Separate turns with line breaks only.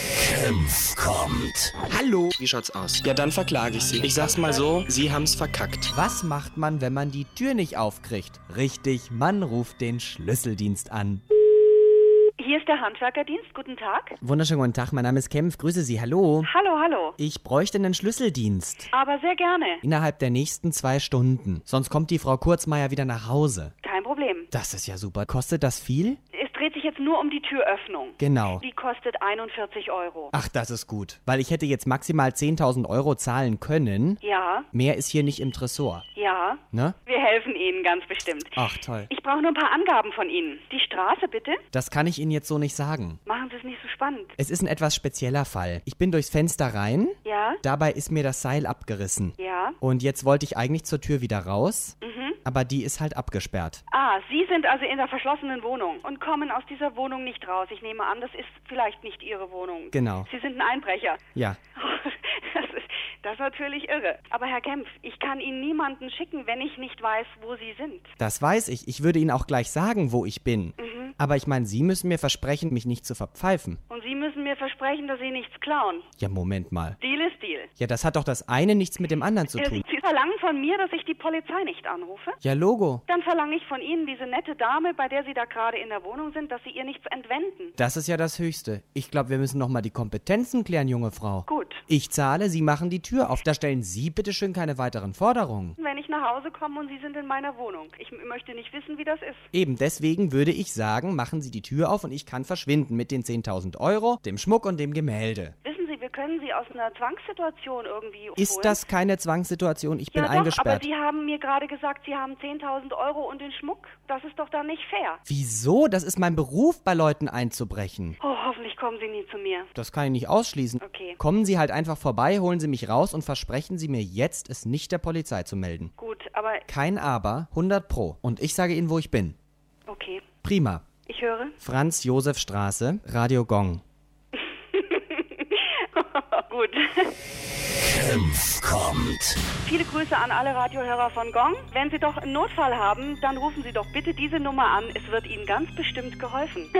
Senf kommt.
Hallo.
Wie schaut's aus? Ja, dann verklage ich Sie. Ich sag's mal so, Sie haben's verkackt.
Was macht man, wenn man die Tür nicht aufkriegt? Richtig, man ruft den Schlüsseldienst an.
Hier ist der Handwerkerdienst. Guten Tag.
Wunderschönen guten Tag, mein Name ist Kempf, grüße Sie, hallo.
Hallo, hallo.
Ich bräuchte einen Schlüsseldienst.
Aber sehr gerne.
Innerhalb der nächsten zwei Stunden. Sonst kommt die Frau Kurzmeier wieder nach Hause.
Kein Problem.
Das ist ja super. Kostet das viel?
Es dreht sich jetzt nur um die Türöffnung.
Genau.
Die kostet 41 Euro.
Ach, das ist gut. Weil ich hätte jetzt maximal 10.000 Euro zahlen können.
Ja,
Mehr ist hier nicht im Tresor.
ja.
Ne?
Wir helfen Ihnen ganz bestimmt.
Ach, toll.
Ich brauche nur ein paar Angaben von Ihnen. Die Straße bitte?
Das kann ich Ihnen jetzt so nicht sagen.
Machen Sie es nicht so spannend.
Es ist ein etwas spezieller Fall. Ich bin durchs Fenster rein.
Ja,
Dabei ist mir das Seil abgerissen.
ja.
Und jetzt wollte ich eigentlich zur Tür wieder raus, aber die ist halt abgesperrt.
Ah, Sie sind also in der verschlossenen Wohnung und kommen aus dieser Wohnung nicht raus. Ich nehme an, das ist vielleicht nicht Ihre Wohnung.
Genau.
Sie sind ein Einbrecher.
Ja.
Das ist, das ist natürlich irre. Aber Herr Kempf, ich kann Ihnen niemanden schicken, wenn ich nicht weiß, wo Sie sind.
Das weiß ich. Ich würde Ihnen auch gleich sagen, wo ich bin. Aber ich meine, Sie müssen mir versprechen, mich nicht zu verpfeifen.
Und Sie müssen mir versprechen, dass Sie nichts klauen.
Ja, Moment mal.
Deal ist Deal.
Ja, das hat doch das eine nichts mit dem anderen zu
Äh,
tun.
Sie verlangen von mir, dass ich die Polizei nicht anrufe?
Ja, Logo.
Dann verlange ich von Ihnen, diese nette Dame, bei der Sie da gerade in der Wohnung sind, dass Sie ihr nichts entwenden.
Das ist ja das Höchste. Ich glaube, wir müssen nochmal die Kompetenzen klären, junge Frau.
Gut.
Ich zahle, Sie machen die Tür auf. Da stellen Sie bitte schön keine weiteren Forderungen.
Wenn ich nach Hause komme und Sie sind in meiner Wohnung. Ich m- möchte nicht wissen, wie das ist.
Eben deswegen würde ich sagen, machen Sie die Tür auf und ich kann verschwinden mit den 10.000 Euro, dem Schmuck und dem Gemälde.
Wissen Sie, wir können Sie aus einer Zwangssituation irgendwie
Ist
holen.
das keine Zwangssituation? Ich bin
ja, Doch, aber
eingesperrt.
Sie haben mir gerade gesagt, Sie haben 10.000 Euro und den Schmuck. Das ist doch dann nicht fair.
Wieso? Das ist mein Beruf, bei Leuten einzubrechen.
Oh, hoffentlich kommen Sie nie zu mir.
Das kann ich nicht ausschließen.
Okay.
Kommen Sie halt einfach vorbei, holen Sie mich raus und versprechen Sie mir jetzt, es nicht der Polizei zu melden.
Gut, aber
Kein Aber, 100 Pro. Und ich sage Ihnen, wo ich bin.
okay.
Prima.
Ich höre.
Franz-Josef-Straße, Radio Gong.
Oh, Gut.
Senf kommt.
Viele Grüße an alle Radiohörer von Gong. Wenn Sie doch einen Notfall haben, dann rufen Sie doch bitte diese Nummer an. Es wird Ihnen ganz bestimmt geholfen.